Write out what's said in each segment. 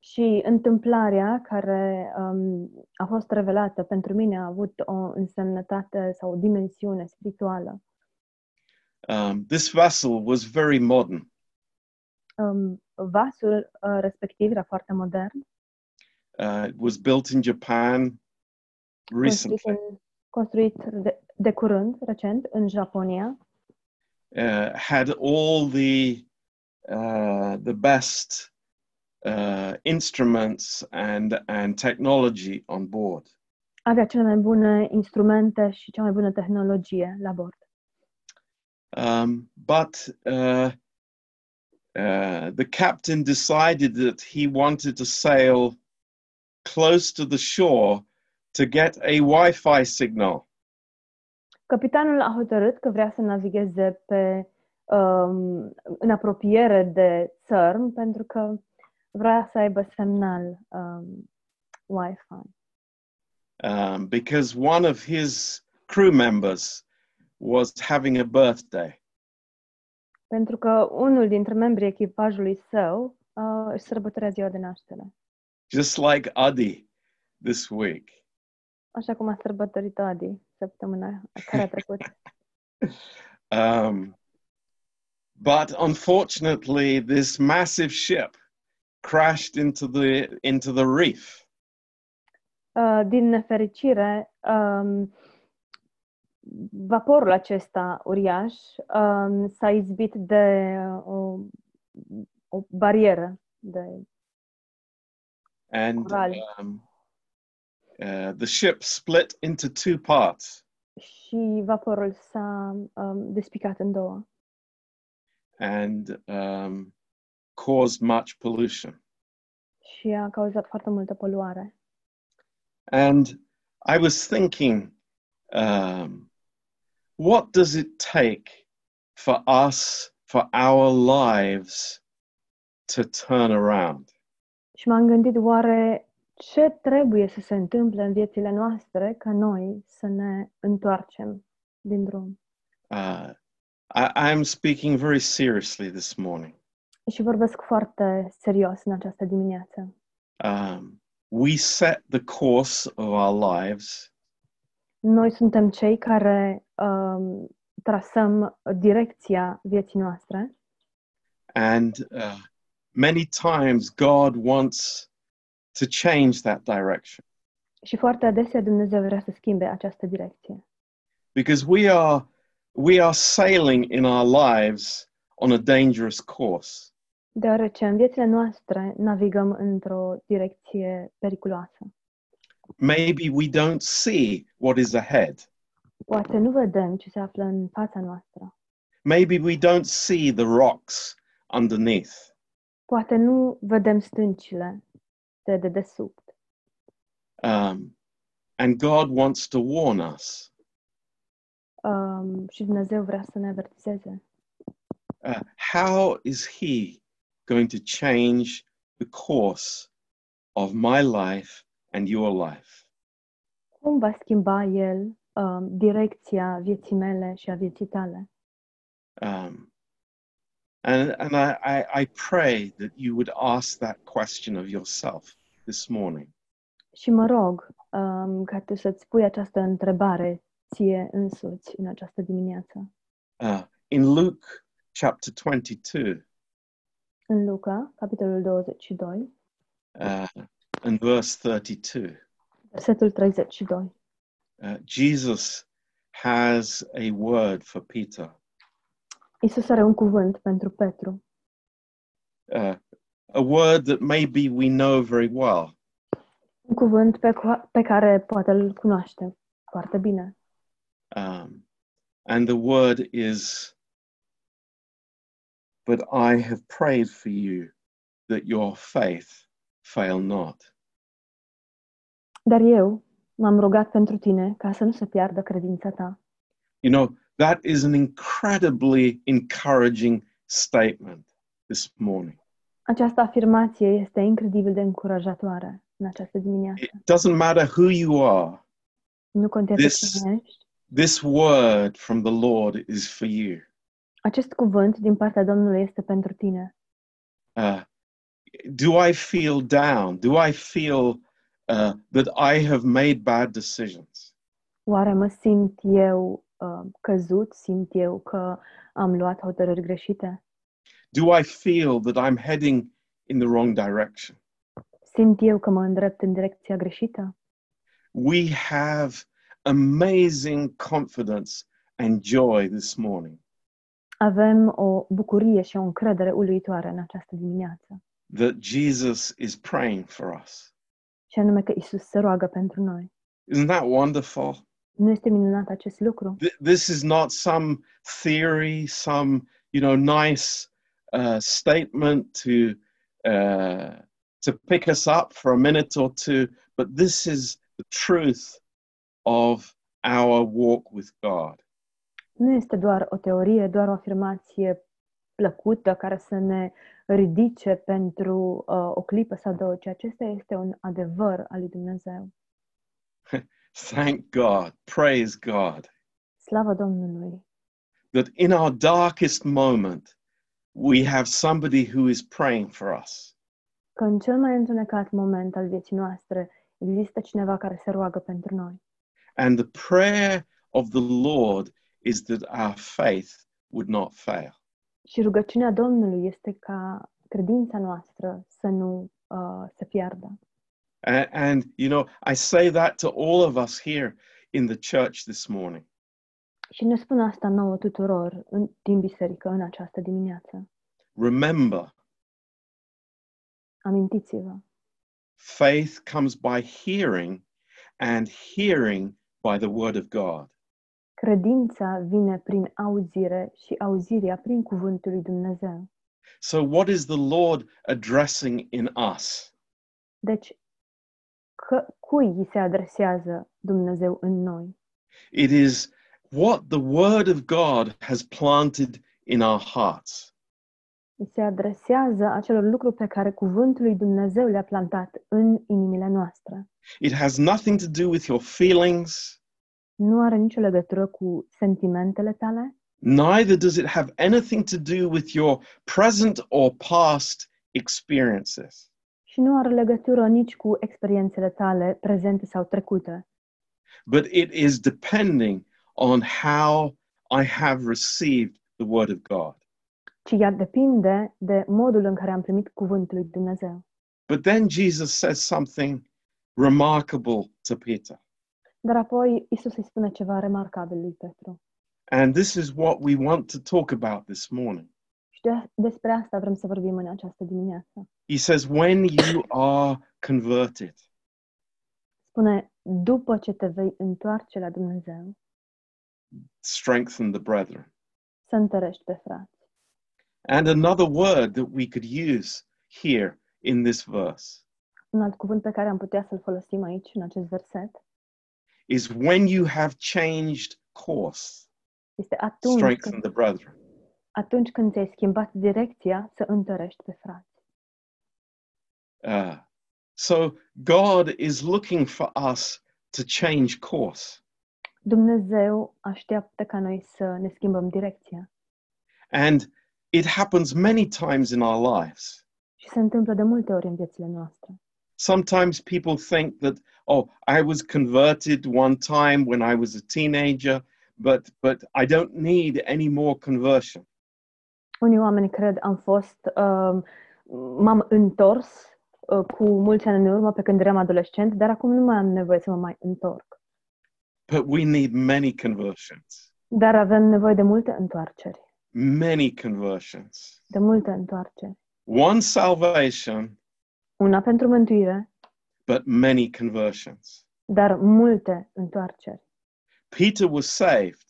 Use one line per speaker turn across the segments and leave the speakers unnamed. Și întâmplarea care um, a fost revelată pentru mine a avut o însemnătate sau o dimensiune spirituală.
Um, this vessel was very modern.
Um, vasul uh, respectiv era foarte modern,
Uh, it was built in Japan
construit,
recently.
în, construit de, de curând, recent, în Japonia.
Uh, had all the uh, the best uh, instruments and and technology on board.
Avea cele mai bune instrumente și cea mai bună tehnologie la bord.
Um, but uh, uh, the captain decided that he wanted to sail close to the shore to get a Wi Fi signal.
Capitanul a hotărât că vrea să navigheze pe, um, în apropiere de țărm pentru că vrea să aibă semnal um, Wi-Fi.
Um, because one of his crew members was having a birthday.
Pentru că unul dintre membrii echipajului său uh, își sărbătorea ziua de naștere,
just like Adi this week.
așa cum a sărbătorit Adi săptămâna care a trecut.
Um, but unfortunately, this massive ship crashed into the into the reef,
Uh, din nefericire, um, vaporul acesta uriaș um, s-a izbit de uh, o, o barieră. De...
and
Coral.
um, uh, the ship split into two parts,
Și vaporul s-a um, despicat în două
and um, caused much pollution.
și a cauzat foarte multă poluare.
And I was thinking, um, what does it take for us, for our lives to turn around?
Și m-am gândit oare ce trebuie să se întâmple în viețile noastre ca noi să ne întoarcem din drum.
Uh, I, I'm speaking very seriously this morning.
Și vorbesc foarte serios în această dimineață.
Um, we set the course of our lives,
Noi suntem cei care um, trasăm direcția vieții noastre
and uh, many times God wants to change that direction.
și foarte adesea Dumnezeu vrea să schimbe această direcție.
because we are we are sailing in our lives on a dangerous course
Deoarece în viețile noastre navigăm într-o direcție periculoasă.
maybe we don't see what is ahead
Poate nu vedem ce se află în fața noastră.
maybe we don't see the rocks underneath
Poate nu vedem stâncile de dedesubt.
um, and god wants to warn us
Um, și Dumnezeu vrea să ne avertizeze.
Uh, how is he going to change the course of my life and your life
Cum va schimba El um, direcția vieții mele și a vieții tale?
um, and and I, I, I pray that you would ask that question of yourself this morning.
Și mă rog um, ca tu să-ți pui această întrebare ție însuți în această dimineață.
Uh, in Luke chapter 22
În Luca, capitolul 22,
uh, and verse 32,
versetul 32.
uh, Jesus has a word for Peter.
Isus are un cuvânt pentru Petru,
Uh, a word that maybe we know very well,
un cuvânt pe, co- pe care poate îl cunoaște foarte bine.
um, and the word is, "But I have prayed for you, that your faith fail not."
Dar eu m-am rugat pentru tine ca să nu se piardă credința ta.
You know, that is an incredibly encouraging statement this morning.
Această afirmație este incredibil de încurajatoare în această dimineață.
It doesn't matter who you are,
Nu contează
This-
cine ești.
this word from the Lord is for you.
Acest cuvânt din partea Domnului este pentru tine.
Uh, do I feel down? Do I feel uh, that I have made bad decisions?
Oare mă simt eu uh, căzut? Simt eu că am luat hotărâri greșite?
Do I feel that I'm heading in the wrong direction?
Simt eu că mă îndrept în direcția greșită?
We have amazing confidence and joy this morning
Avem o bucurie și o încredere uluitoare în această dimineață.
that Jesus is praying for us.
Și anume că Isus se roagă pentru noi.
Isn't that wonderful?
Nu este minunat acest lucru?
Th- this is not some theory, some you know nice uh, statement to uh, to pick us up for a minute or two, but this is the truth of our walk with God.
Nu este doar o teorie, doar o afirmație plăcută care să ne ridice pentru uh, o clipă sau două, ci acesta este un adevăr al lui Dumnezeu.
Thank God, praise God,
Slavă Domnului!
that in our darkest moment we have somebody who is praying for us.
Că în cel mai întunecat moment al vieții noastre există cineva care se roagă pentru noi.
And the prayer of the Lord is that our faith would not fail.
Și rugăciunea Domnului este ca credința noastră să nu uh, se piardă.
A- And, you know, I say that to all of us here in the church this morning.
Și ne spun asta nouă tuturor în, din biserică în această dimineață.
Remember,
Amintiți-vă,
faith comes by hearing, and hearing by the word of God.
credința vine prin auzire și auzirea prin cuvântul lui Dumnezeu.
So, what is the Lord addressing in us?
Deci, că, cui îi se adresează Dumnezeu în noi?
It is what the word of God has planted in our hearts.
Îi se adresează acelor lucruri pe care cuvântul lui Dumnezeu le-a plantat în inimile noastre.
It has nothing to do with your feelings.
Nu are nicio legătură cu sentimentele tale,
neither does it have anything to do with your present or past experiences.
și nu are legătură nici cu experiențele tale prezente sau trecute,
But it is depending on how I have received the Word of God.
ci ea depinde de modul în care am primit cuvântul lui Dumnezeu.
But then Jesus says something remarkable to Peter.
Dar apoi Isus îi spune ceva remarcabil lui Petru.
And this is what we want to talk about this morning.
Și de- despre asta vrem să vorbim în această dimineață.
He says, When you are converted,
Spune, după ce te vei întoarce la Dumnezeu,
strengthen the brethren.
să întărești pe frați.
And another word that we could use here in this verse
Un alt cuvânt pe care am putea să-l folosim aici, în acest verset,
is when you have changed course,
este atunci
strengthen
când,
the brethren.
atunci când ți-ai schimbat direcția să întărești pe frați.
Uh, so God is looking for us to change course.
Dumnezeu așteaptă ca noi să ne schimbăm direcția.
And it happens many times in our lives.
Și se întâmplă de multe ori în viețile noastre.
Sometimes people think that, oh, I was converted one time when I was a teenager, but, but I don't need any more conversion.
Unii oameni cred am fost, um, m-am întors uh, cu mulți ani în urmă pe când eram adolescent, dar acum nu mai am nevoie să mă mai întorc.
But we need many conversions,
Dar avem nevoie de multe întoarceri,
many conversions.
de multe întoarceri.
One salvation
Una pentru mântuire,
but many conversions.
dar multe întoarceri.
Peter was saved,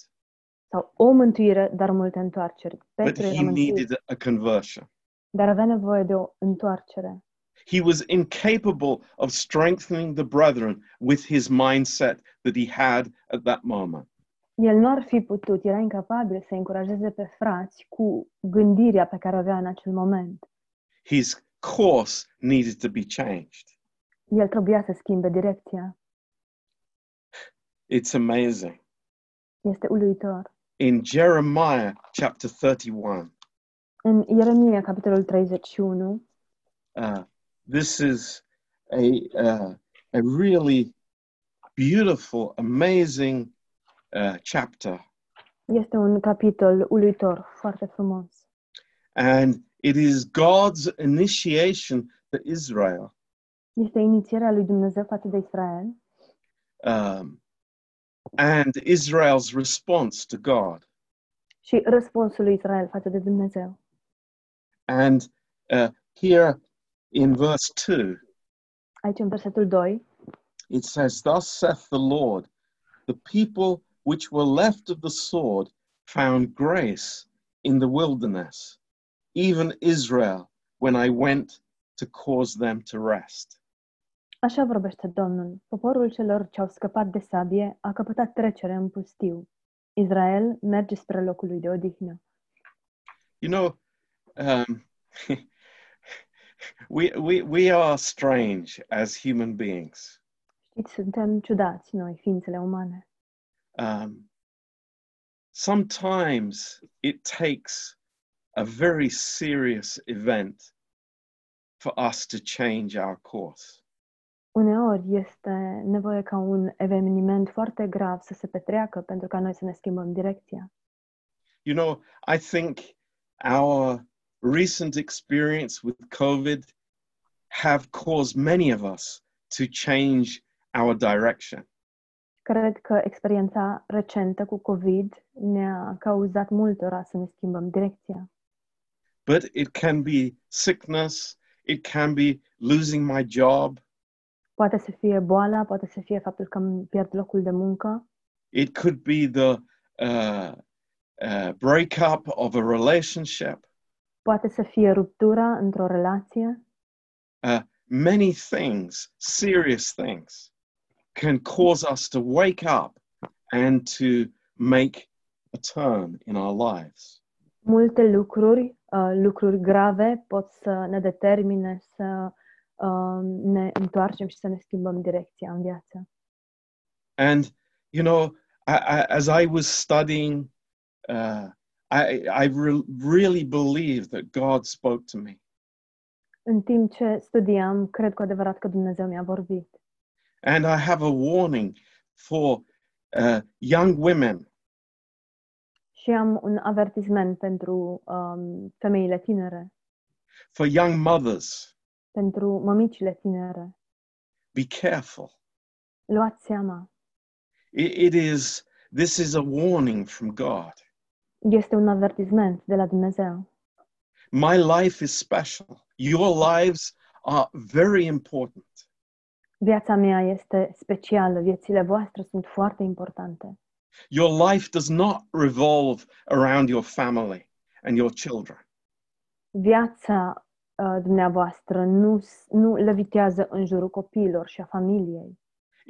Sau o mântuire, dar multe întoarceri.
but
Petru era
he
mântuit,
needed a conversion.
dar avea nevoie de o întoarcere.
He was incapable of strengthening the brethren with his mindset that he had at that moment.
El nu ar fi putut, era incapabil să încurajeze pe frați cu gândirea pe care o avea în acel moment.
His course needed to be changed.
El trebuia să schimbe direcția.
It's amazing.
Este uluitor.
In Jeremiah chapter 31,
În Ieremia, capitolul 31,
Uh, this is a, uh, a really beautiful, amazing uh, chapter.
Este un capitol uluitor, foarte frumos.
And it is God's initiation to Israel.
Este inițierea lui Dumnezeu față de Israel
um, and Israel's response to God.
și răspunsul lui Israel față de Dumnezeu.
And uh, here in verse 2,
Aici, în versetul 2,
it says, Thus saith the Lord, the people which were left of the sword found grace in the wilderness, even Israel, when I went to cause them to rest.
Așa vorbește Domnul. Poporul celor ce au scăpat de sabie a căpătat trecere în pustiu. Israel merge spre locul lui de odihnă.
You know, um, we, we, we are strange as human beings.
Știți, suntem ciudați noi, ființele umane.
Um, sometimes it takes a very serious event for us to change our course.
Uneori este nevoie ca un eveniment foarte grav să se petreacă pentru ca noi să ne schimbăm direcția.
You know, I think our recent experience with COVID have caused many of us to change our direction.
Cred că experiența recentă cu COVID ne-a cauzat multora să ne schimbăm direcția.
But it can be sickness, it can be losing my job,
Poate să fie boala, poate să fie faptul că îmi pierd locul de muncă,
it could be the uh, uh, breakup of a relationship.
poate să fie ruptura într-o relație.
many things, serious things, can cause us to wake up and to make a turn in our lives.
Multe lucruri, uh, lucruri grave pot să ne determine să uh, ne întoarcem și să ne schimbăm direcția în viață.
And, you know, I, I, as I was studying, uh, I, I re- really believe that God spoke to me.
În timp ce studiam, cred cu adevărat că Dumnezeu mi-a vorbit.
And I have a warning for uh, young women
Și am un avertisment pentru um, femeile tinere,
for young mothers
pentru mămicile tinere.
be careful
Luați seama,
it, it is this is a warning from god
este un avertisment de la Dumnezeu.
My life is special. Your lives are very important.
Viața mea este specială, viețile voastre sunt foarte importante.
Your life does not revolve around your family and your children.
Viața uh, dumneavoastră nu, s- nu levitează în jurul copiilor și a familiei.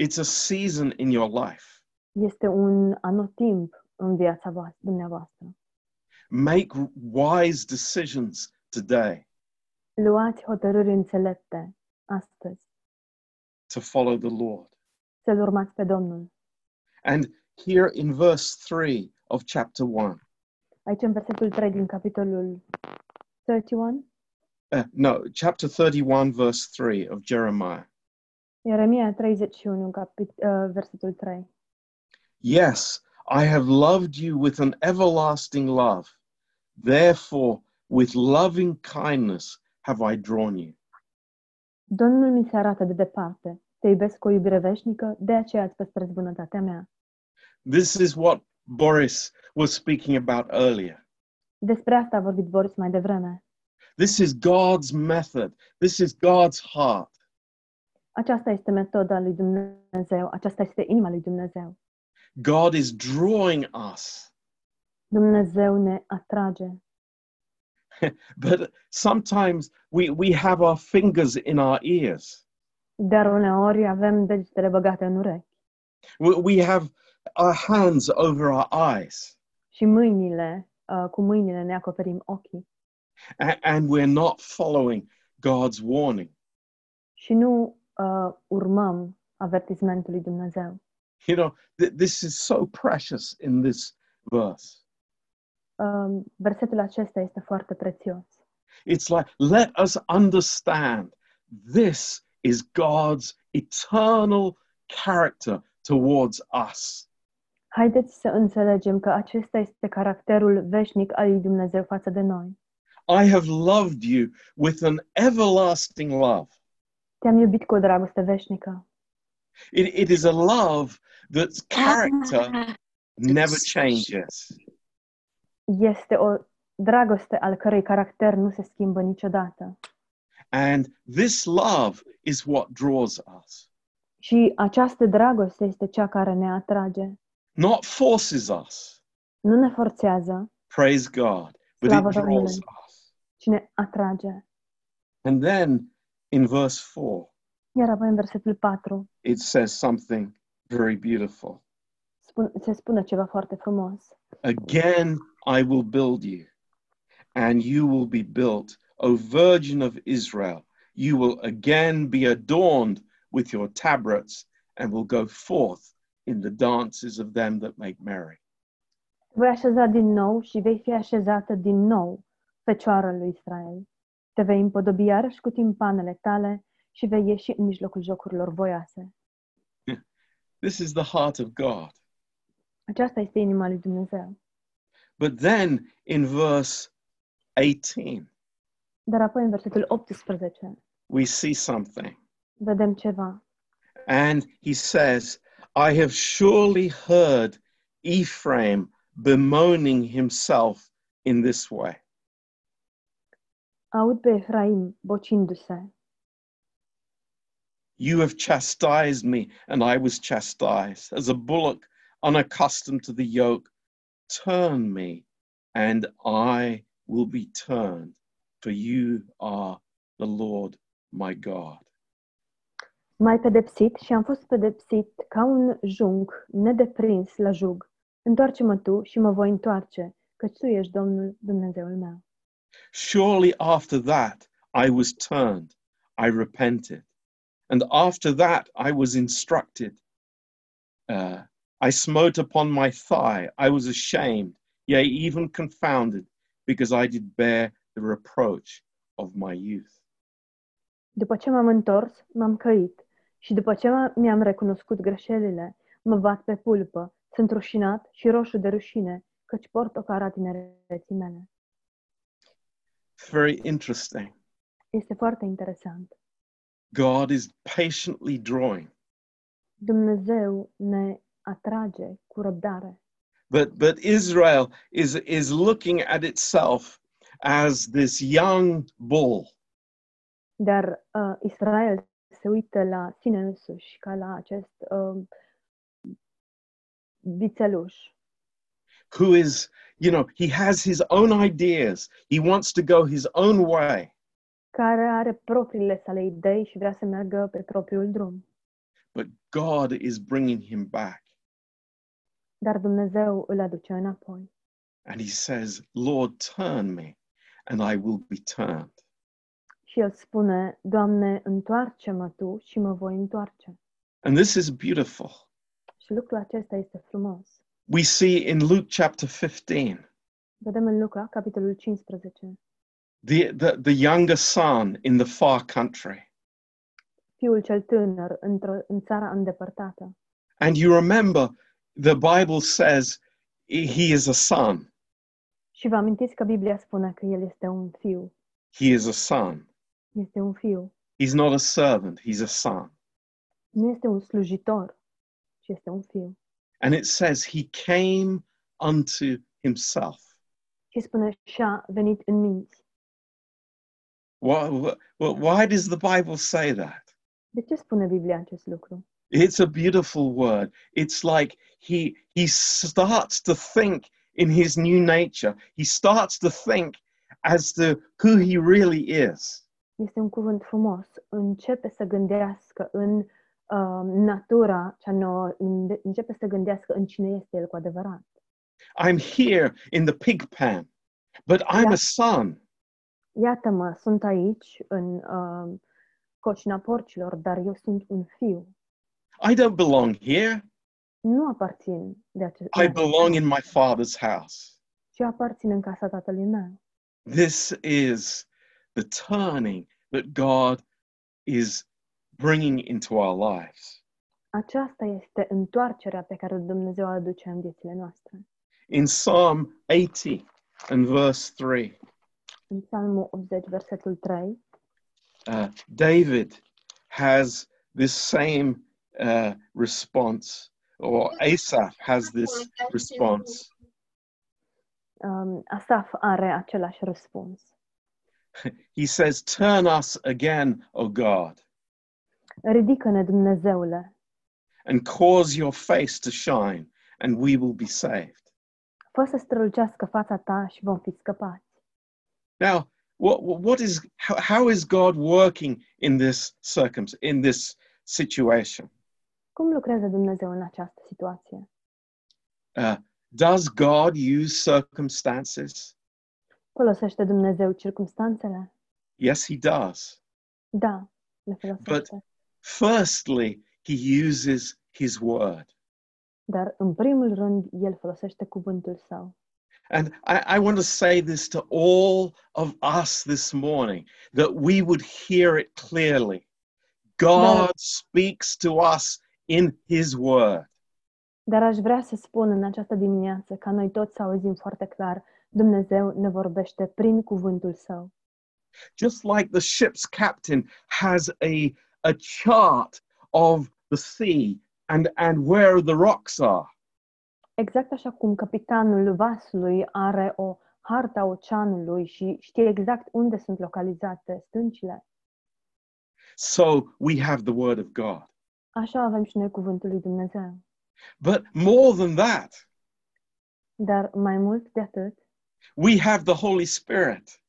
It's a season in your life.
Este un anotimp în viața voastră, dumneavoastră.
Make wise decisions today
Luați hotărâri înțelepte astăzi,
to follow the Lord.
să-L urmați pe Domnul.
And here in verse 3 of chapter 1,
Aici în versetul 3 din capitolul 31,
uh, no, chapter 31, verse 3 of Jeremiah.
Ieremia 31, capit, uh, versetul 3.
Yes, I have loved you with an everlasting love. Therefore, with loving kindness have I drawn you.
Domnul mi se arată de departe. Te iubesc cu o iubire veșnică, de aceea îți păstrez bunătatea mea.
This is what Boris was speaking about earlier.
Despre asta a vorbit Boris mai devreme.
This is God's method. This is God's heart.
Aceasta este metoda lui Dumnezeu, aceasta este inima lui Dumnezeu.
God is drawing us.
Dumnezeu ne atrage.
But sometimes we, we have our fingers in our ears.
Dar uneori avem degetele băgate în urechi
We, we have our hands over our eyes
și mâinile, uh, cu mâinile ne acoperim ochii
a- and we're not following God's warning.
și nu uh, urmăm avertismentul lui Dumnezeu.
You know, th- this is so precious in this verse.
Um, versetul acesta este foarte prețios.
It's like, let us understand this is God's eternal character towards us.
Haideți să înțelegem că acesta este caracterul veșnic al lui Dumnezeu față de noi.
I have loved you with an everlasting love.
Te-am iubit cu o dragoste veșnică.
It, it is a love that's character never changes.
Este o dragoste al cărei caracter nu se schimbă niciodată.
And this love is what draws us,
Și această dragoste este cea care ne atrage.
not forces us.
Nu ne forțează,
Praise God. But
Slava
it
Domnului.
draws us.
ci ne atrage.
And then in verse 4,
Iar apoi în versetul 4
it says something very beautiful.
spun, se spune ceva foarte frumos.
Again, I will build you, and you will be built, O Virgin of Israel. You will again be adorned with your tabrets and will go forth in the dances of them that make merry.
Voi așeza din nou și vei fi așezată din nou, fecioară lui Israel. Te vei împodobi iarăși cu timpanele tale și vei ieși în mijlocul jocurilor voioase.
This is the heart of God.
Aceasta este inima lui Dumnezeu.
But then in verse 18,
Dar apoi în versetul 18
we see something.
vedem ceva.
And he says, I have surely heard Ephraim bemoaning himself in this way.
Aud pe Efraim bocindu-se.
You have chastised me, and I was chastised. As a bullock unaccustomed to the yoke, turn me, and I will be turned, for you are the Lord my God.
Mai pedepsit și am fost pedepsit ca un jung nedeprins la jug. Întoarce-mă tu și mă voi întoarce, căci tu ești Domnul Dumnezeul meu.
Surely after that I was turned, I repented. And after that I was instructed. Uh, I smote upon my thigh, I was ashamed, yea, even confounded, because I did bear the reproach of my youth.
După ce m-am întors, m-am căit și după ce m- mi-am recunoscut greșelile, mă bat pe pulpă, sunt rușinat și roșu de rușine, căci port o cara tinereții mele.
It's very interesting.
Este foarte interesant.
God is patiently drawing,
Dumnezeu ne atrage cu răbdare,
but, but Israel is, is looking at itself as this young bull.
dar uh, Israel se uită la sine însuși ca la acest uh, vițeluș
who is, you know, he has his own ideas. He wants to go his own way,
care are propriile sale idei și vrea să meargă pe propriul drum.
but God is bringing him back.
Dar Dumnezeu îl aduce înapoi.
And he says, Lord, turn me, and I will be turned.
Și el spune, Doamne, întoarce-mă Tu și mă voi întoarce.
And this is beautiful.
Și lucrul acesta este frumos.
We see in Luke chapter 15,
Vedem în Luca, capitolul 15,
the, the, the younger son in the far country.
fiul cel tânăr într-o, în țara îndepărtată.
And you remember, the Bible says he is a son.
Și vă amintiți că Biblia spune că el este un fiu.
He is a son.
Este un fiu.
He's not a servant, he's a son.
Nu este un slujitor, ci este un fiu.
And it says, He came unto Himself.
Și spune, și a venit în minți.
Why, wh- wh- why does the Bible say that?
De ce spune Biblia acest lucru?
It's a beautiful word. It's like he, he starts to think in his new nature, he starts to think as to who he really is.
Este un cuvânt frumos. Începe să gândească în uh, natura cea nouă, înde- începe să gândească în cine este el cu adevărat.
I'm here in the pig pen, but I'm
Yeah.
a son.
Iată-mă, sunt aici în uh, cocina porcilor, dar eu sunt un fiu.
I don't belong here.
Nu aparțin de acest
I belong in my father's house.
Și eu aparțin în casa tatălui meu.
This is the turning that God is bringing into our lives.
Aceasta este întoarcerea pe care Dumnezeu o aduce în viețile noastre.
In Psalm 80 and verse 3,
În Psalmul 80, versetul 3,
uh, David has this same uh, response, or Asaph has this response.
um, Asaf are același răspuns.
He says, Turn us again, O God,
Ridică-ne, Dumnezeule,
and cause your face to shine, and we will be saved.
fă să strălucească fața ta și vom fi scăpați.
Now, what, what is, how, how is God working in this circum, in this situation?
Cum lucrează Dumnezeu în această situație?
Uh, does God use circumstances?
Folosește Dumnezeu circumstanțele?
Yes, he does.
Da, le folosește.
Firstly, he uses his word.
Dar, în primul rând, El folosește cuvântul Său.
And I, I want to say this to all of us this morning that we would hear it clearly. God speaks to us in his word.
Dar aș vrea să spun în această dimineață ca noi toți să auzim foarte clar, Dumnezeu ne vorbește prin cuvântul Său.
Just like the ship's captain has a, a chart of the sea and, and where the rocks are.
Exact așa cum capitanul vasului are o harta oceanului și știe exact unde sunt localizate stâncile,
So we have the word of God.
așa avem și noi cuvântul lui Dumnezeu.
But more than that,
Dar mai mult de atât,
we have the Holy Spirit.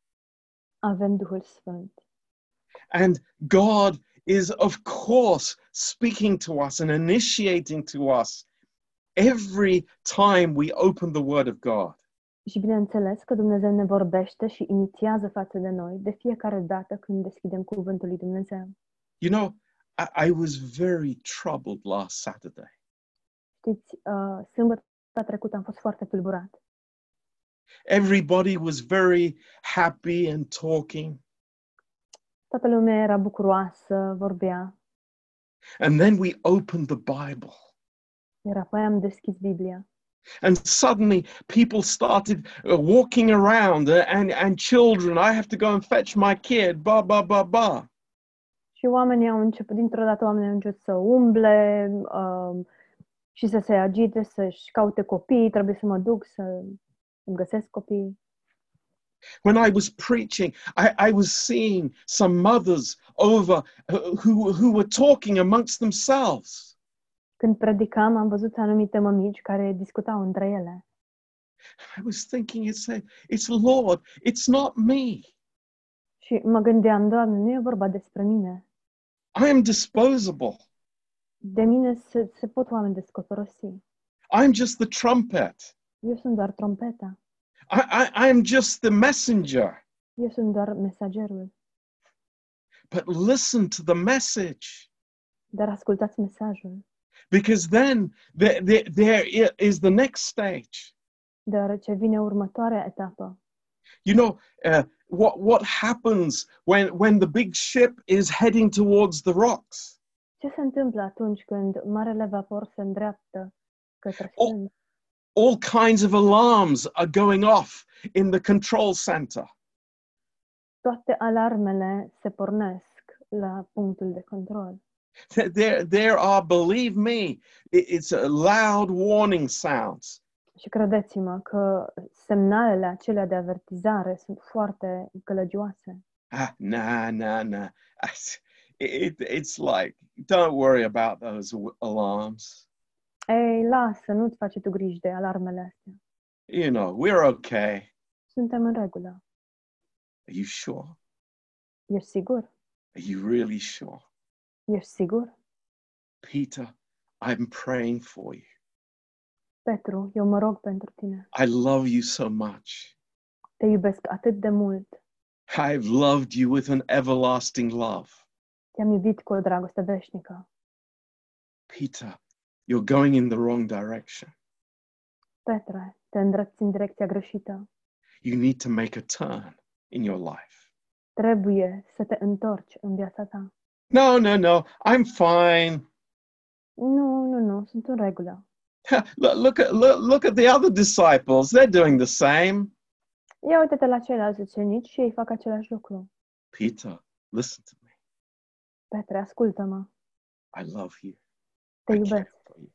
avem Duhul Sfânt.
And God is, of course, speaking to us and initiating to us every time we open the Word of God.
Și bineînțeles că Dumnezeu ne vorbește și inițiază față de noi de fiecare dată când deschidem cuvântul lui Dumnezeu.
You know, I, I was very troubled last Saturday
Știți, uh, sâmbătă trecută am fost foarte tulburat.
everybody was very happy and talking.
Toată lumea era bucuroasă, vorbea,
And then we opened the Bible,
iar apoi "Păi, am deschis Biblia.
and suddenly people started uh, walking around, uh, and, and children, I have to go and fetch my kid, blah, blah, blah, blah.
Și oamenii au început, dintr-o dată oamenii au început să umble um, și să se agite, să-și caute copii, trebuie să mă duc să îmi găsesc copii.
when I was preaching, I, I was seeing some mothers over uh, who, who were talking amongst themselves.
Când predicam, am văzut anumite mămici care discutau între ele.
I was thinking, it's, a, it's Lord, it's not me.
Și mă gândeam, Doamne, nu e vorba despre mine.
I am disposable.
De mine se, se pot oameni descoporosi.
I'm just the trumpet.
Eu sunt doar trompeta.
I, I, I am just the messenger.
Eu sunt doar mesagerul.
But listen to the message
Dar ascultați mesajul.
because then there, there, there i- is the next stage.
Deoarece vine următoarea etapă.
You know, uh, what, what happens when, when the big ship is heading towards the rocks?
Ce se întâmplă atunci când marele vapor se îndreaptă către
O-
stâng?
all kinds of alarms are going off in the control center.
Toate alarmele se pornesc la punctul de control.
There- There, there are, believe me, i- it's a loud warning sounds.
Și credeți-mă că semnalele acelea de avertizare sunt foarte gălăgioase.
Ah, nah, nah, nah. It, it's like, don't worry about those w- alarms.
Ei, lasă, nu-ți face tu griji de alarmele astea.
You know, we're okay.
Suntem în regulă.
Are you sure?
Ești sigur?
Are you really sure?
Ești sigur?
Peter, I'm praying for you.
Petru, eu mă rog pentru tine.
I love you so much.
Te iubesc atât de mult.
I've loved you with an everlasting love.
Te-am iubit cu o dragoste veșnică.
Peter, you're going in the wrong direction.
Petre, te îndrepti în direcția greșită.
You need to make a turn in your life.
Trebuie să te întorci în viața ta.
No, no, no, I'm fine.
Nu, nu, nu, sunt în regulă.
look, look at look, look at the other disciples. They're doing the same.
Ia uite-te la ceilalți ucenici și ei fac același lucru.
Peter, listen to me.
Petre, ascultă-mă,
I love you.
te
I care
iubesc,
for you.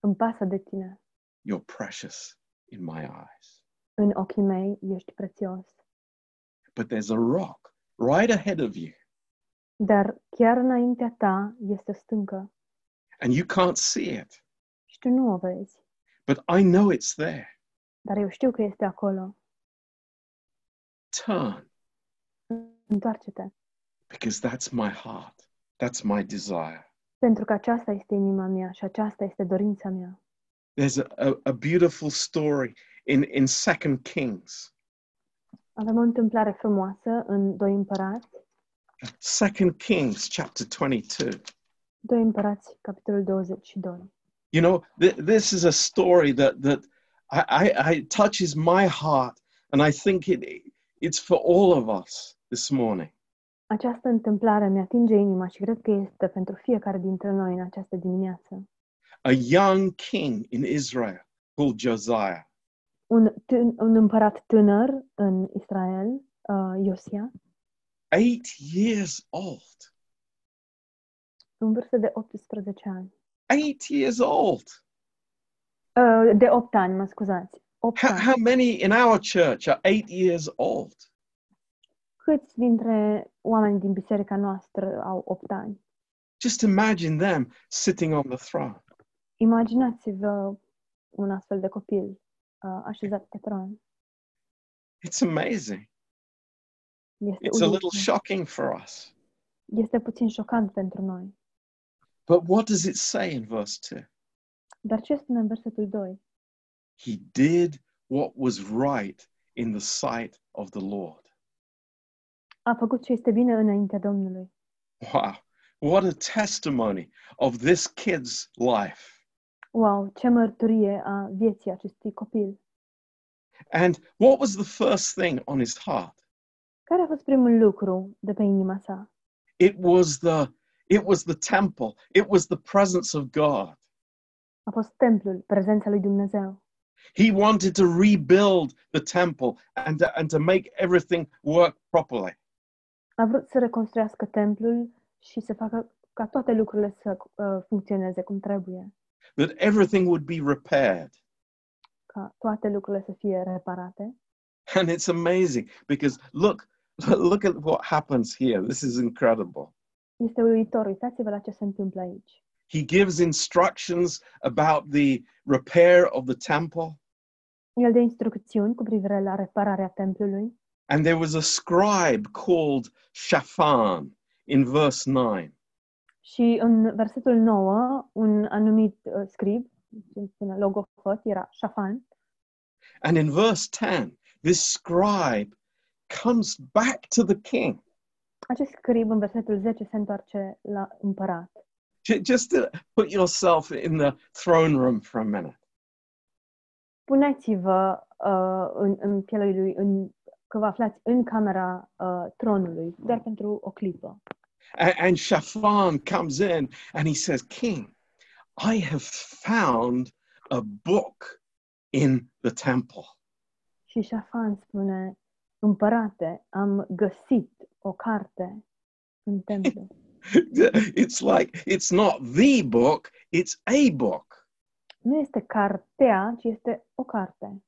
îmi pasă de tine.
You're precious in my eyes.
În ochii mei ești prețios.
But there's a rock right ahead of you,
Dar chiar înaintea ta este o stâncă
and you can't see it.
și tu nu o vezi,
But I know it's there.
dar eu știu că este acolo.
Turn,
Întoarce-te,
because that's my heart. That's my desire.
pentru că aceasta este inima mea și aceasta este dorința mea.
There's a, a, a beautiful story in, in Second Kings.
Avem o întâmplare frumoasă în Doi Împărați,
Second Kings chapter 22.
Doi Împărați, capitolul 22.
You know, th- this is a story that that I, I, I touches my heart, and I think it it's for all of us this morning.
Această întâmplare mi atinge inima și cred că este pentru fiecare dintre noi în această dimineață.
A young king in Israel called Josiah.
Un, tân- un împărat tânăr în Israel, uh, Iosia,
eight years old.
în vârstă de 18 ani.
Eight years old.
Uh, de 8 ani, mă scuzați. 8
How,
ani.
how many in our church are eight years old?
Câți dintre oamenii din biserica noastră au 8 ani?
Just imagine them sitting on the throne.
Imaginați-vă un astfel de copil uh, așezat pe tron.
It's amazing.
Este,
It's a
uluit.
little shocking for us.
este puțin șocant pentru noi.
But what does it say in verse 2?
Dar ce spune în versetul 2?
He did what was right in the sight of the Lord.
A făcut ce este bine înaintea Domnului.
Wow. What a testimony of this kid's life.
Wow, ce mărturie a vieții acestui copil.
And what was the first thing on his heart?
Care a fost primul lucru de pe inima sa?
it was the it was the temple it was the presence of god
A fost templul, prezența lui Dumnezeu.
he wanted to rebuild the temple and to, and to make everything work properly
A vrut să reconstruiască templul și să facă ca toate lucrurile să uh, funcționeze cum trebuie,
that everything would be repaired
ca toate lucrurile să fie reparate.
and it's amazing because look look at what happens here this is incredible
Este uluitor, uitați-vă la ce se întâmplă aici.
he gives instructions about the repair of the temple
El dă instrucțiuni cu privire la repararea templului
and there was a scribe called shaphan in verse 9
și în versetul 9, un anumit uh, scrib, cum spune logofot, era Șafan,
And in verse 10, this scribe comes back to the king.
acest scrib în versetul 10 se întoarce la împărat.
J- Just to put yourself in the throne room for a minute.
Puneți-vă uh, în, în pielea lui, în, că vă aflați în camera uh, tronului, doar pentru o clipă.
A- And Shaphan comes in and he says, King, I have found a book in the temple.
Și Șafan spune, împărate, am găsit o carte în templu.
It's like, it's not the book, it's a book.
Nu este cartea, ci este o carte.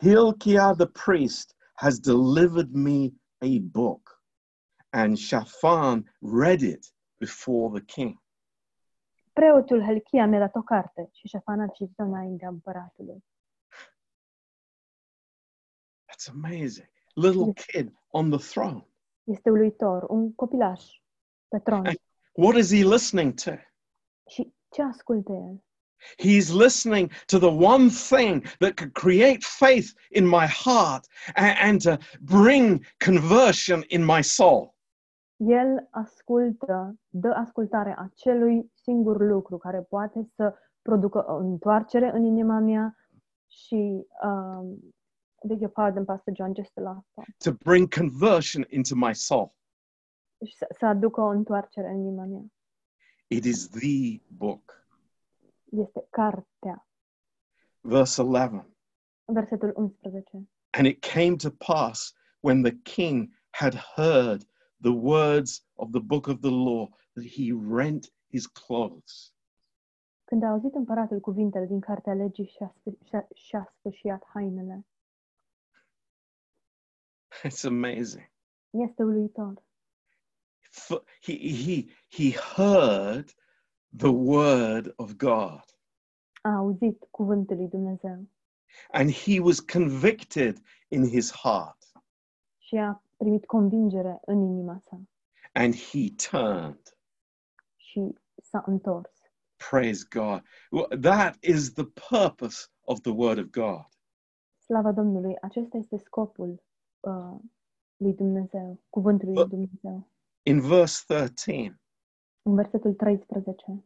Hilkiah the priest has delivered me a book. And Shaphan read it before the king.
Preotul Helchia mi-a dat o carte și Șafan a citit-o înaintea împăratului.
That's amazing. Little kid on the throne.
Este uluitor, un copilaș pe tron.
What is he listening to?
Și ce ascultă el?
He's listening to the one thing that could create faith in my heart a- and, to bring conversion in my soul.
El ascultă, dă ascultare acelui singur lucru care poate să producă o întoarcere în inima mea și um, I beg your pardon, Pastor John, just the last one.
to bring conversion into my soul.
Și Deci să, să aduc o întoarcere în inima mea.
It is the book.
Este cartea,
Verse 11.
versetul 11.
And it came to pass when the king had heard the words of the book of the law that he rent his clothes.
Când a auzit împăratul cuvintele din cartea legii și-a, sfâ- și-a, și-a sfâșiat hainele,
It's amazing.
este uluitor.
F- He, he, he heard the word of God
A auzit cuvântul lui Dumnezeu
and he was convicted in his heart
și a primit convingere în inima sa
and he turned.
și s-a întors.
Praise God. Well, That is the purpose of the word of God.
Slava Domnului, acesta este scopul uh, lui Dumnezeu, cuvântului lui Dumnezeu.
In verse 13,
În versetul 13.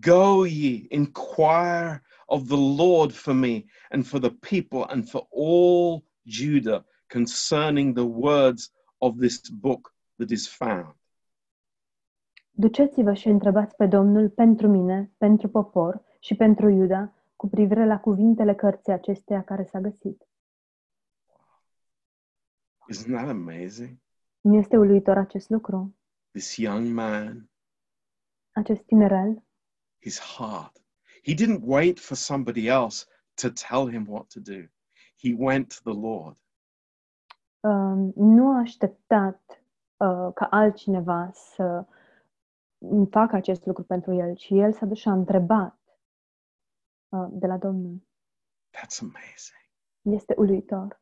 Go ye, inquire of the Lord for me and for the people and for all Judah concerning the words of this book that is found.
Duceți-vă și întrebați pe Domnul pentru mine, pentru popor și pentru Iuda cu privire la cuvintele cărții acesteia care s-a găsit.
Isn't that amazing?
Nu este uluitor acest lucru?
This young man,
Acest tinerel,
his heart. He didn't wait for somebody else to tell him what to do. He went to the Lord.
um, nu a așteptat uh, ca altcineva să facă acest lucru pentru el, ci el s-a dus și a întrebat uh, de la Domnul.
That's amazing.
Este uluitor.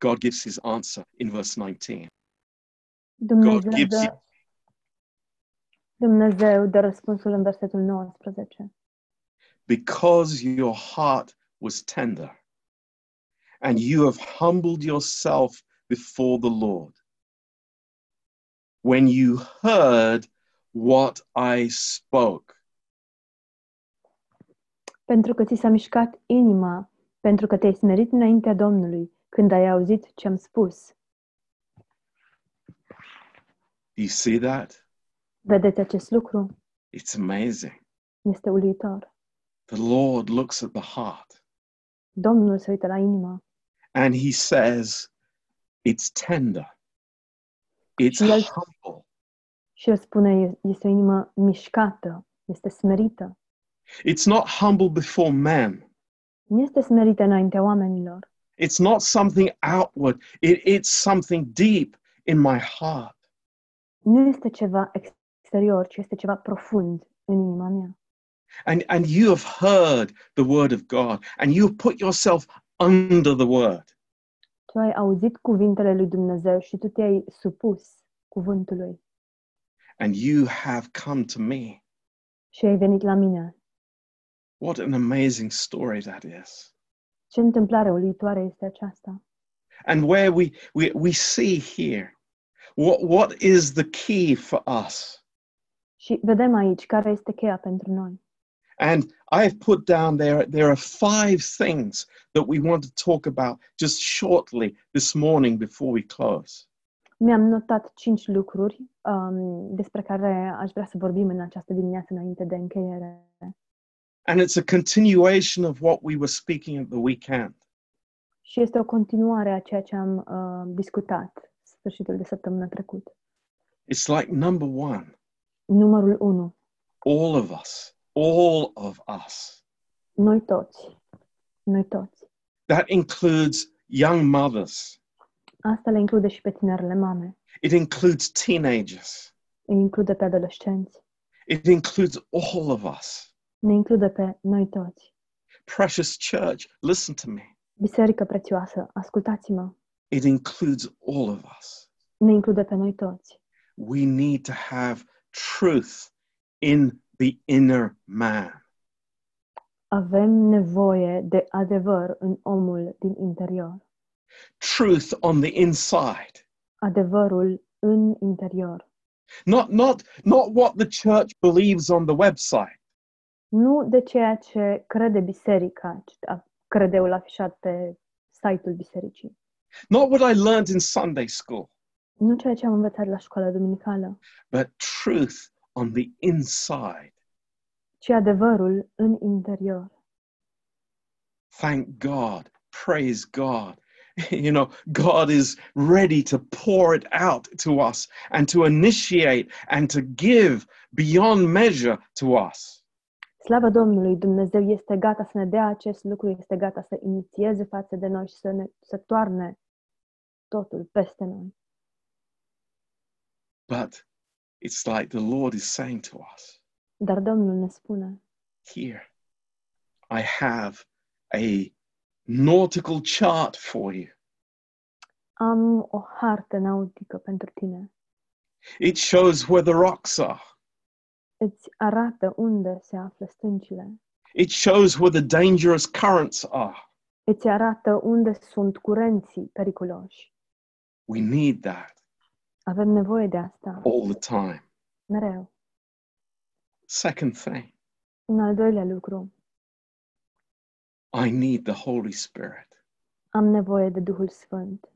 God gives his answer in verse 19.
Dumnezeu
gives
dă,
you-
Dumnezeu dă răspunsul în versetul 19.
because your heart was tender and you have humbled yourself before the Lord. When you heard what I spoke,
Pentru că ți s-a mișcat inima, pentru că te-ai smerit înaintea Domnului, când ai auzit ce am spus.
do you see that?
Vedeți acest lucru?
It's amazing.
Este uluitor.
The Lord looks at the heart
Domnul se uită la inimă
and he says, It's tender, it's
Yes.
humble,
și el spune, "E- este o inimă mișcată, este smerită.
it's not humble before man.
Nu este smerită înaintea oamenilor.
It's not something outward. It, it's something deep in my heart.
Nu este ceva exterior, ci este ceva profund în inima mea.
And, and you have heard the word of God and you have put yourself under the word.
Tu ai auzit cuvintele lui Dumnezeu și tu te-ai supus cuvântului
And you have come to me.
și ai venit la mine.
What an amazing story that is.
Ce întâmplare uluitoare este aceasta?
And where we, we, we see here, what, what is the key for us?
Și vedem aici care este cheia pentru noi.
And I've put down there, there are five things that we want to talk about just shortly this morning before we close.
Mi-am notat cinci lucruri um, despre care aș vrea să vorbim în această dimineață înainte de încheiere.
And it's a continuation of what we were speaking at the weekend.
Și este o continuare a ceea ce am uh, discutat sfârșitul de săptămână trecut.
It's like number one,
Numărul 1.
all of us, all of us.
Noi toți. Noi toți.
That includes young mothers,
Asta le include și pe tinerele mame.
it includes teenagers,
Îi include pe adolescenți.
it includes all of us.
ne include pe noi toți.
Precious church, listen to me.
Biserică prețioasă, ascultați-mă,
It includes all of us.
ne include pe noi toți.
We need to have truth in the inner man.
Avem nevoie de adevăr în omul din interior.
Truth on the inside
adevărul în interior.
Not, not, not what the church believes on the website.
Nu de ceea ce crede biserica, ci a- credeul afișat pe site-ul bisericii.
Not what I learned in Sunday school,
Nu ceea ce am învățat la școala duminicală,
but truth on the inside.
ci adevărul în interior.
Thank God. Praise God. You know, God is ready to pour it out to us and to initiate and to give beyond measure to us.
Slavă Domnului, Dumnezeu este gata să ne dea acest lucru, este gata să inițieze față de noi și să, ne, să toarne totul peste noi.
But it's like the Lord is saying to us,
Dar Domnul ne spune,
here I have a nautical chart for you.
am o hartă nautică pentru tine.
It shows where the rocks are.
Îți arată unde se află stâncile.
It shows where the dangerous currents are.
Îți arată unde sunt curenții periculoși.
We need that
Avem nevoie de asta,
all the time.
mereu.
Second thing,
Un al doilea lucru,
I need the Holy Spirit.
am nevoie de Duhul Sfânt.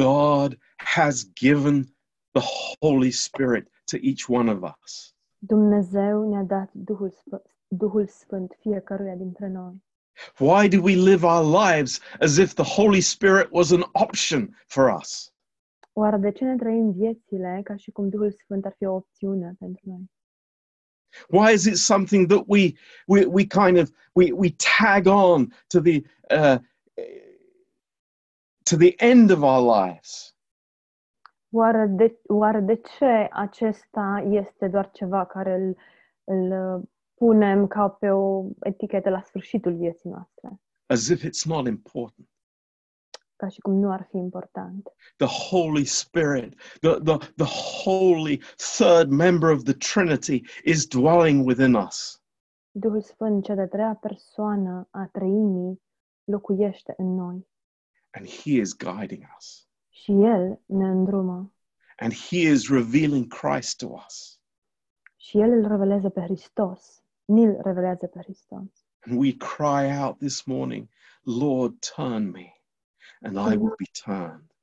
God has given the Holy Spirit to each one of us.
Dumnezeu ne-a dat Duhul, Sp- Duhul Sfânt fiecăruia dintre noi.
Why do we live our lives as if the Holy Spirit was an option for us?
Oare de ce ne trăim viețile ca și cum Duhul Sfânt ar fi o opțiune pentru noi?
Why is it something that we we, we kind of we, we tag on to the uh, to the end of our lives?
Oare de, oare de ce acesta este doar ceva care îl, îl uh, punem ca pe o etichetă la sfârșitul vieții noastre?
As if it's not important.
Ca și cum nu ar fi important.
The Holy Spirit, the, the, the holy third member of the Trinity, is dwelling within us.
Duhul Sfânt, cea de-a treia persoană a treimii, locuiește în noi
And He is guiding us.
și El ne îndrumă
And He is revealing Christ to us.
și El îl revelează pe Hristos. Ni-l revelează pe Hristos.
And we cry out this morning, Lord, turn me, and I will be turned.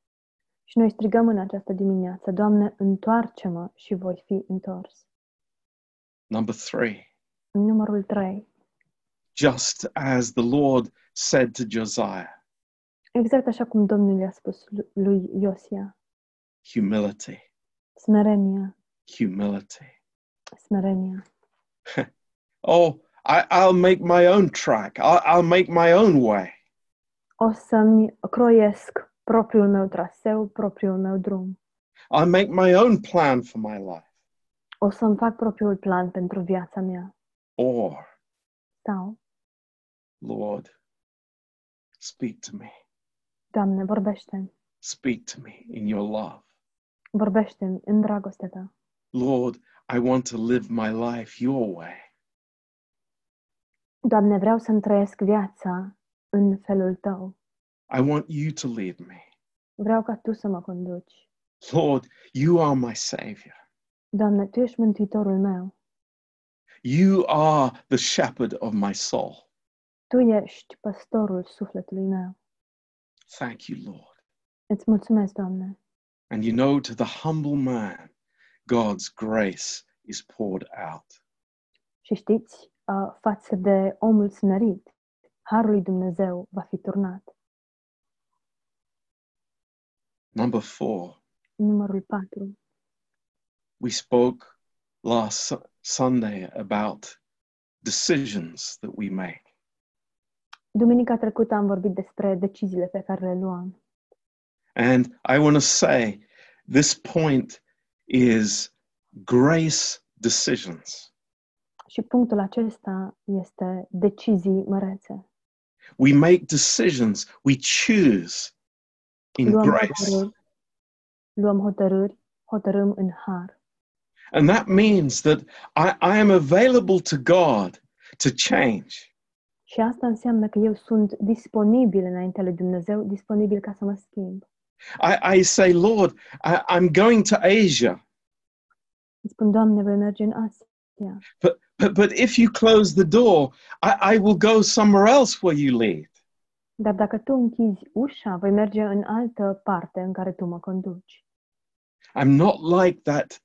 Și noi strigăm în această dimineață, Doamne, întoarce-mă și voi fi întors.
Number three.
Numărul 3.
just as the Lord said to Josiah,
Exact așa cum Domnul i-a spus lu- lui Iosia.
humility,
Smerenia,
humility.
smerenia.
Oh, I, I'll make my own track. I'll, I'll make my own way.
O să-mi croiesc propriul meu traseu, propriul meu drum.
I'll make my own plan for my life.
O să-mi fac propriul plan pentru viața mea.
Or,
Sau,
Lord, speak to me.
Doamne, vorbește
Speak to me in your love.
vorbește în dragostea ta.
Lord, I want to live my life your way.
Doamne, vreau să-mi trăiesc viața în felul tău.
I want you to lead me.
Vreau ca tu să mă conduci.
Lord, you are my Savior.
Doamne, tu ești mântuitorul meu.
You are the shepherd of my soul.
Tu ești păstorul sufletului meu.
Thank you, Lord.
Îți mulțumesc, Doamne.
And you know, to the humble man, God's grace is poured out.
Și știți, uh, față de omul smerit, harul lui Dumnezeu va fi turnat.
Number four,
Numărul 4.
we spoke last Su- Sunday about decisions that we make.
Duminica trecută am vorbit despre deciziile pe care le luam.
And I want to say this point is grace decisions.
Și punctul acesta este decizii mărețe.
We make decisions, we choose in
Luăm
grace.
hotărâri, luăm hotărâri, hotărâm în har.
And that means that I, I am available to God to change.
Și asta înseamnă că eu sunt disponibil înaintea lui Dumnezeu, disponibil ca să mă schimb.
I, I say, Lord, I, I'm going to Asia.
Îi spun, Doamne, voi merge în Asia.
But, but, but if you close the door, I, I will go somewhere else where you lead.
Dar dacă tu închizi ușa, voi merge în altă parte în care tu mă conduci.
I'm not like that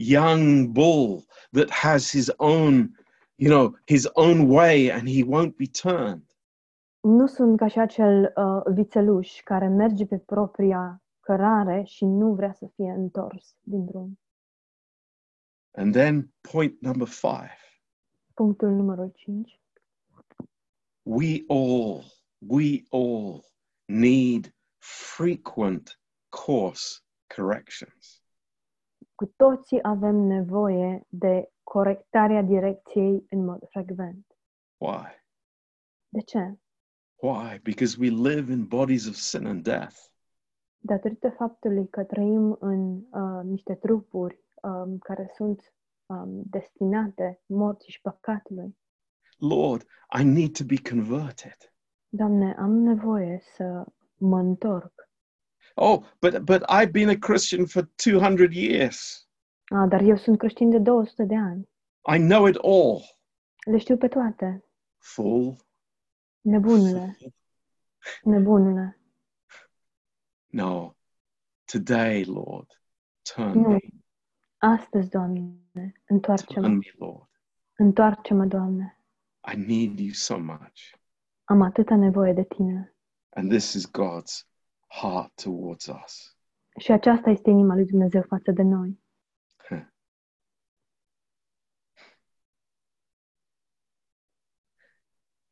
young bull that has his own, you know, his own way and he won't be turned.
Nu sunt ca și acel uh, vițeluș care merge pe propria cărare și nu vrea să fie întors din drum.
And then point number five
Punctul numărul 5.
we all, we all need frequent course corrections.
Cu toții avem nevoie de corectarea direcției în mod frecvent.
Why?
De ce?
Why? Because we live in bodies of sin and death.
Datorită faptului că trăim în uh, niște trupuri um, care sunt um, destinate morții și păcatului.
Lord, I need to be converted.
Doamne, am nevoie să mă întorc.
Oh, but but I've been a Christian for 200 years.
A, Ah, dar eu sunt creștin de 200 de ani.
I know it all.
Le știu pe toate.
Fool.
Nebunule, nebunule.
No. Today, Lord, turn
Nu.
me,
Astăzi, Doamne, întoarce-mă.
turn me, Lord.
Întoarce-mă, Doamne.
I need you so much.
Am atâta nevoie de Tine.
And this is God's heart towards us.
Și aceasta este inima lui Dumnezeu față de noi.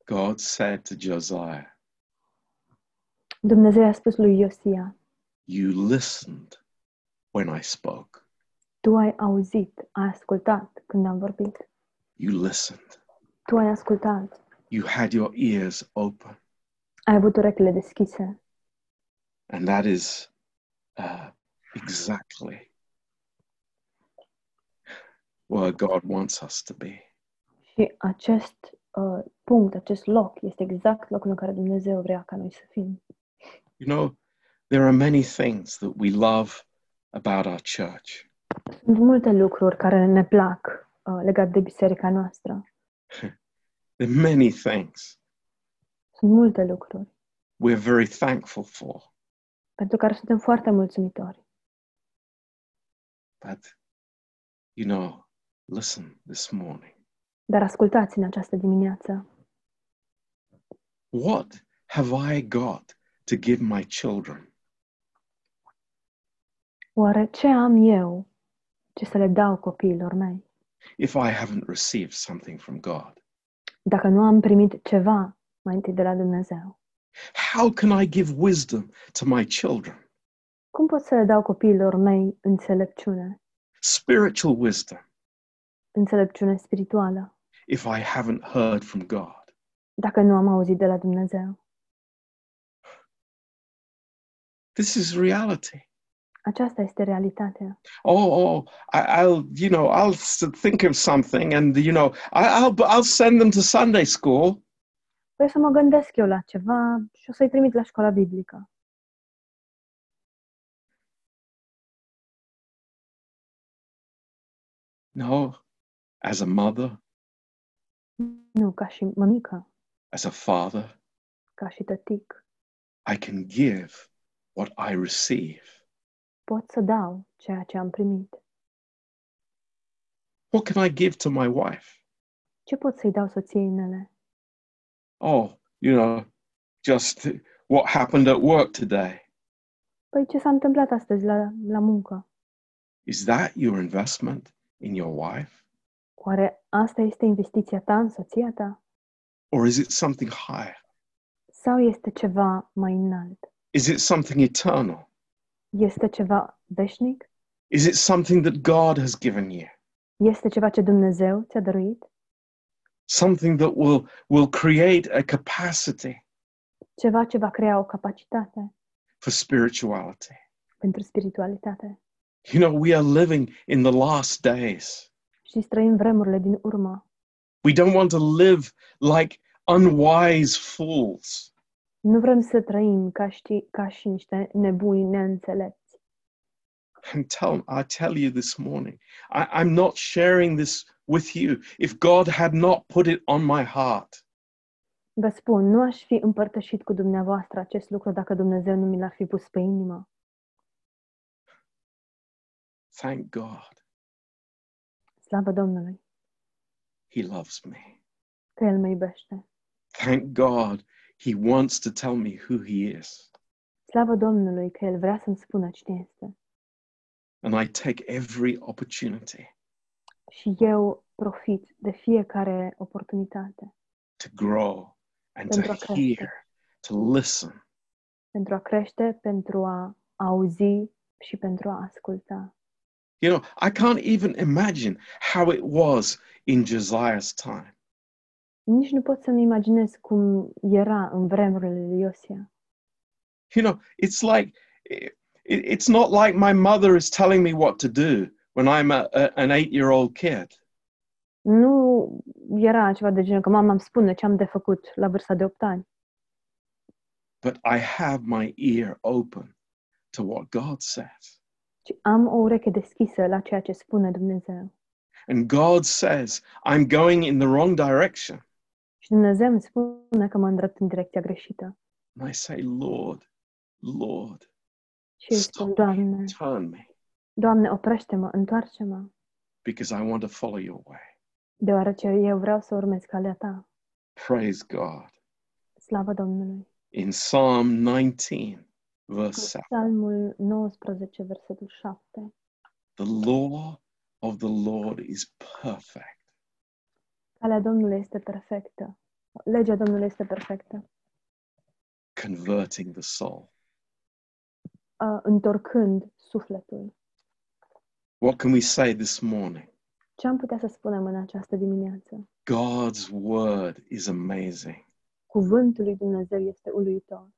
God said to Josiah,
Dumnezeu i-a spus lui Iosia,
You listened when I spoke.
tu ai auzit, ai ascultat când am vorbit.
You listened.
Tu ai ascultat,
You had your ears open.
ai avut urechile deschise.
And that is uh, exactly where God wants us to be.
Și acest uh, punct, acest loc, este exact locul în care Dumnezeu vrea ca noi să fim.
You know, there are many things that we love about our church.
Sunt multe lucruri care ne plac uh, legate de biserica noastră.
There are many things
Sunt multe lucruri
we're very thankful for.
pentru care suntem foarte mulțumitori.
But, you know, listen this morning.
Dar ascultați în această dimineață,
What have I got to give my children?
oare ce am eu ce să le dau copiilor mei?
if I haven't received something from God?
Dacă nu am primit ceva mai întâi de la Dumnezeu,
How can I give wisdom to my children?
cum pot să le dau copiilor mei înțelepciune,
Spiritual wisdom,
înțelepciune spirituală,
if I haven't heard from God.
dacă nu am auzit de la Dumnezeu?
This is reality.
Aceasta este realitatea.
Oh, oh I, I'll, you know, I'll s- think of something and, you know, I, I'll, I'll send them to Sunday school.
Păi să mă gândesc eu la ceva și o să-i trimit la școala biblică.
No, as a mother,
Nu, ca și mămică,
as a father,
ca și tătic,
I can give what I receive.
pot să dau ceea ce am primit.
What can I give to my wife?
Ce pot să-i dau soției mele?
Oh, you know, just what happened at work today.
Păi ce s-a întâmplat astăzi la, la muncă?
Is that your investment in your wife?
Oare asta este investiția ta în soția ta?
Or is it something higher?
Sau este ceva mai înalt?
Is it something eternal?
Este ceva veșnic?
Is it something that God has given you?
Este ceva ce Dumnezeu ți-a dăruit?
Something that will, will create a capacity
Ceva ce va crea o capacitate
for spirituality.
pentru spiritualitate?
You know, we are living in the last days.
Și străim vremurile din urmă.
We don't want to live like unwise fools.
Nu vrem să trăim ca, ști, ca și niște nebuni neînțelepți.
And tell, I tell you this morning, I, I'm not sharing this with you if God had not put it on my heart.
Vă spun, nu aș fi împărtășit cu dumneavoastră acest lucru dacă Dumnezeu nu mi l-ar fi pus pe inimă.
Thank God
Slavă Domnului
He loves me.
că El mă iubește.
Thank God He wants to tell me who He is.
Slavă Domnului că El vrea să-mi spună cine este.
And I take every opportunity
Și eu profit de fiecare oportunitate
to grow and
Pentru a
to
crește.
hear, to listen.
pentru a crește, pentru a auzi și pentru a asculta.
You know, I can't even imagine how it was in Josiah's time.
Nici nu pot să-mi imaginez cum era în vremurile lui Iosia.
You know, it's like, it, it's not like my mother is telling me what to do when I'm a, a, an eight year old kid.
Nu era ceva de genul că mama îmi spune ce am de făcut la vârsta de 8 ani,
but I have my ear open to what God says.
ci am o ureche deschisă la ceea ce spune Dumnezeu.
And God says, I'm going in the wrong direction.
Și Dumnezeu îmi spune că mă îndrept în direcția greșită.
And I say, Lord, Lord,
Și îi spun, Doamne,
turn me
Doamne, oprește-mă, întoarce-mă,
because I want to follow your way.
deoarece eu vreau să urmez calea ta.
Praise God.
Slavă Domnului!
In Psalm 19, verse 7,
Psalmul 19, versetul 7.
the law of the Lord is perfect,
Calea Domnului este perfectă. Legea Domnului este perfectă.
converting the soul.
uh, întorcând sufletul.
What can we say this morning?
Ce am putea să spunem în această dimineață?
God's word is amazing.
Cuvântul lui Dumnezeu este uluitor.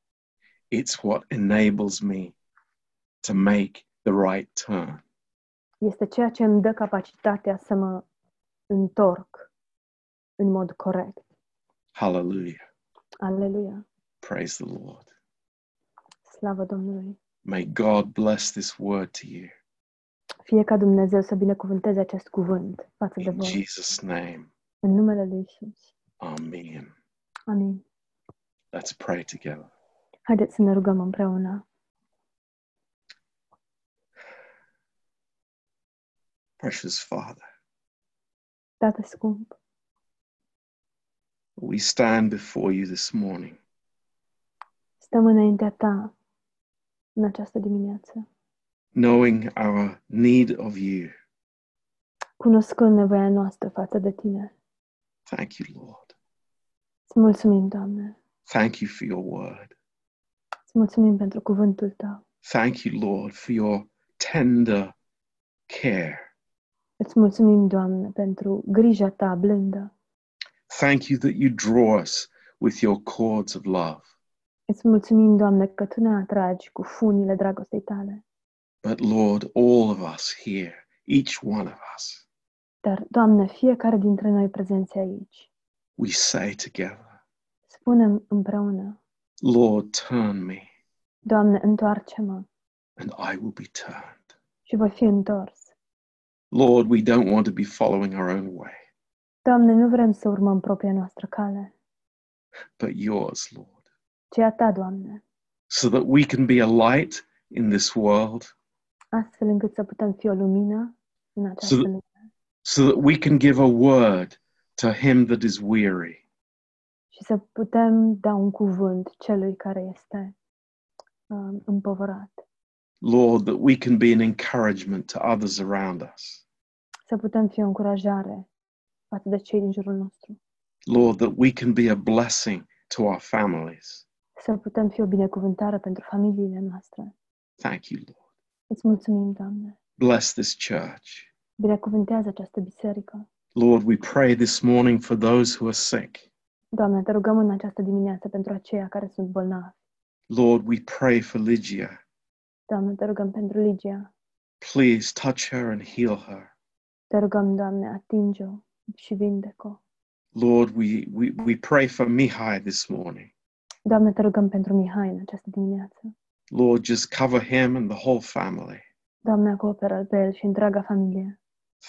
It's what enables me to make the right turn.
Este ceea ce îmi dă capacitatea să mă întorc în mod corect.
Hallelujah.
Aleluia!
Praise the Lord.
Slavă Domnului!
May God bless this word to you.
Fie ca Dumnezeu să binecuvânteze acest cuvânt față de
In
voi.
Jesus' name.
În numele Lui Isus.
Amen.
Amin.
Let's pray together.
Haideți să ne rugăm împreună.
Precious Father,
Tată scump,
we stand before you this morning
stăm înaintea Ta în această dimineață,
knowing our need of you.
cunoscând nevoia noastră față de Tine.
Thank you, Lord.
Îți mulțumim, Doamne!
Thank you for your word.
Îți mulțumim pentru cuvântul tău.
Thank you, Lord, for your tender care.
Îți mulțumim, Doamne, pentru grija ta blândă.
Thank you that you draw us with your cords of love.
Îți mulțumim, Doamne, că tu ne atragi cu funile dragostei tale.
But Lord, all of us here, each one of us,
Dar, Doamne, fiecare dintre noi prezenți aici,
we say together,
spunem împreună,
Lord, turn me,
Doamne, întoarce-mă
and I will be turned.
și voi fi întors.
Lord, we don't want to be following our own way,
Doamne, nu vrem să urmăm propria noastră cale,
but yours, Lord,
ci a ta, Doamne,
so that we can be a light in this world,
astfel încât să putem fi o lumină în această
Să-
lume
so that we can give a word to him that is weary,
și să putem da un cuvânt celui care este um, împovărat.
Lord, that we can be an encouragement to others around us,
să putem fi o încurajare față de cei din jurul nostru,
Lord, that we can be a blessing to our families.
să putem fi o binecuvântare pentru familiile noastre.
Thank you, Lord.
Îți mulțumim, Doamne!
Bless this church.
Binecuvântează această biserică.
Lord, we pray this morning for those who are sick.
Doamne, te rugăm în această dimineață pentru aceia care sunt bolnavi.
Lord, we pray for Lygia.
Doamne, te rugăm pentru Ligia.
Please touch her and heal her.
Te rugăm, Doamne, atinge-o și vindecă.
Lord, we, we, we pray for Mihai this morning.
Doamne, te rugăm pentru Mihai în această dimineață.
Lord, just cover him and the whole family.
Doamne, acoperă-l pe el și întreaga familie.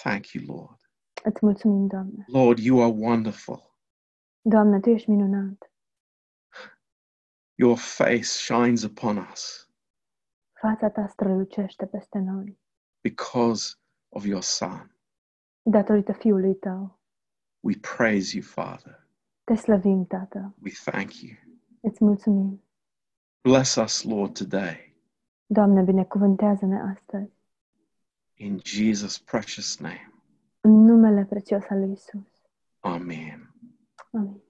Thank you, Lord.
Îți mulțumim, Doamne.
Lord, you are wonderful.
Doamne, Tu ești minunat.
Your face shines upon us
Fața Ta strălucește peste noi,
because of your Son.
datorită Fiului Tău.
We praise you, Father.
Te slăvim, Tată.
We thank you.
Îți mulțumim.
Bless us, Lord, today.
Doamne, binecuvântează-ne astăzi.
In Jesus' precious name.
În numele prețios al lui Isus.
Amen.
Amin.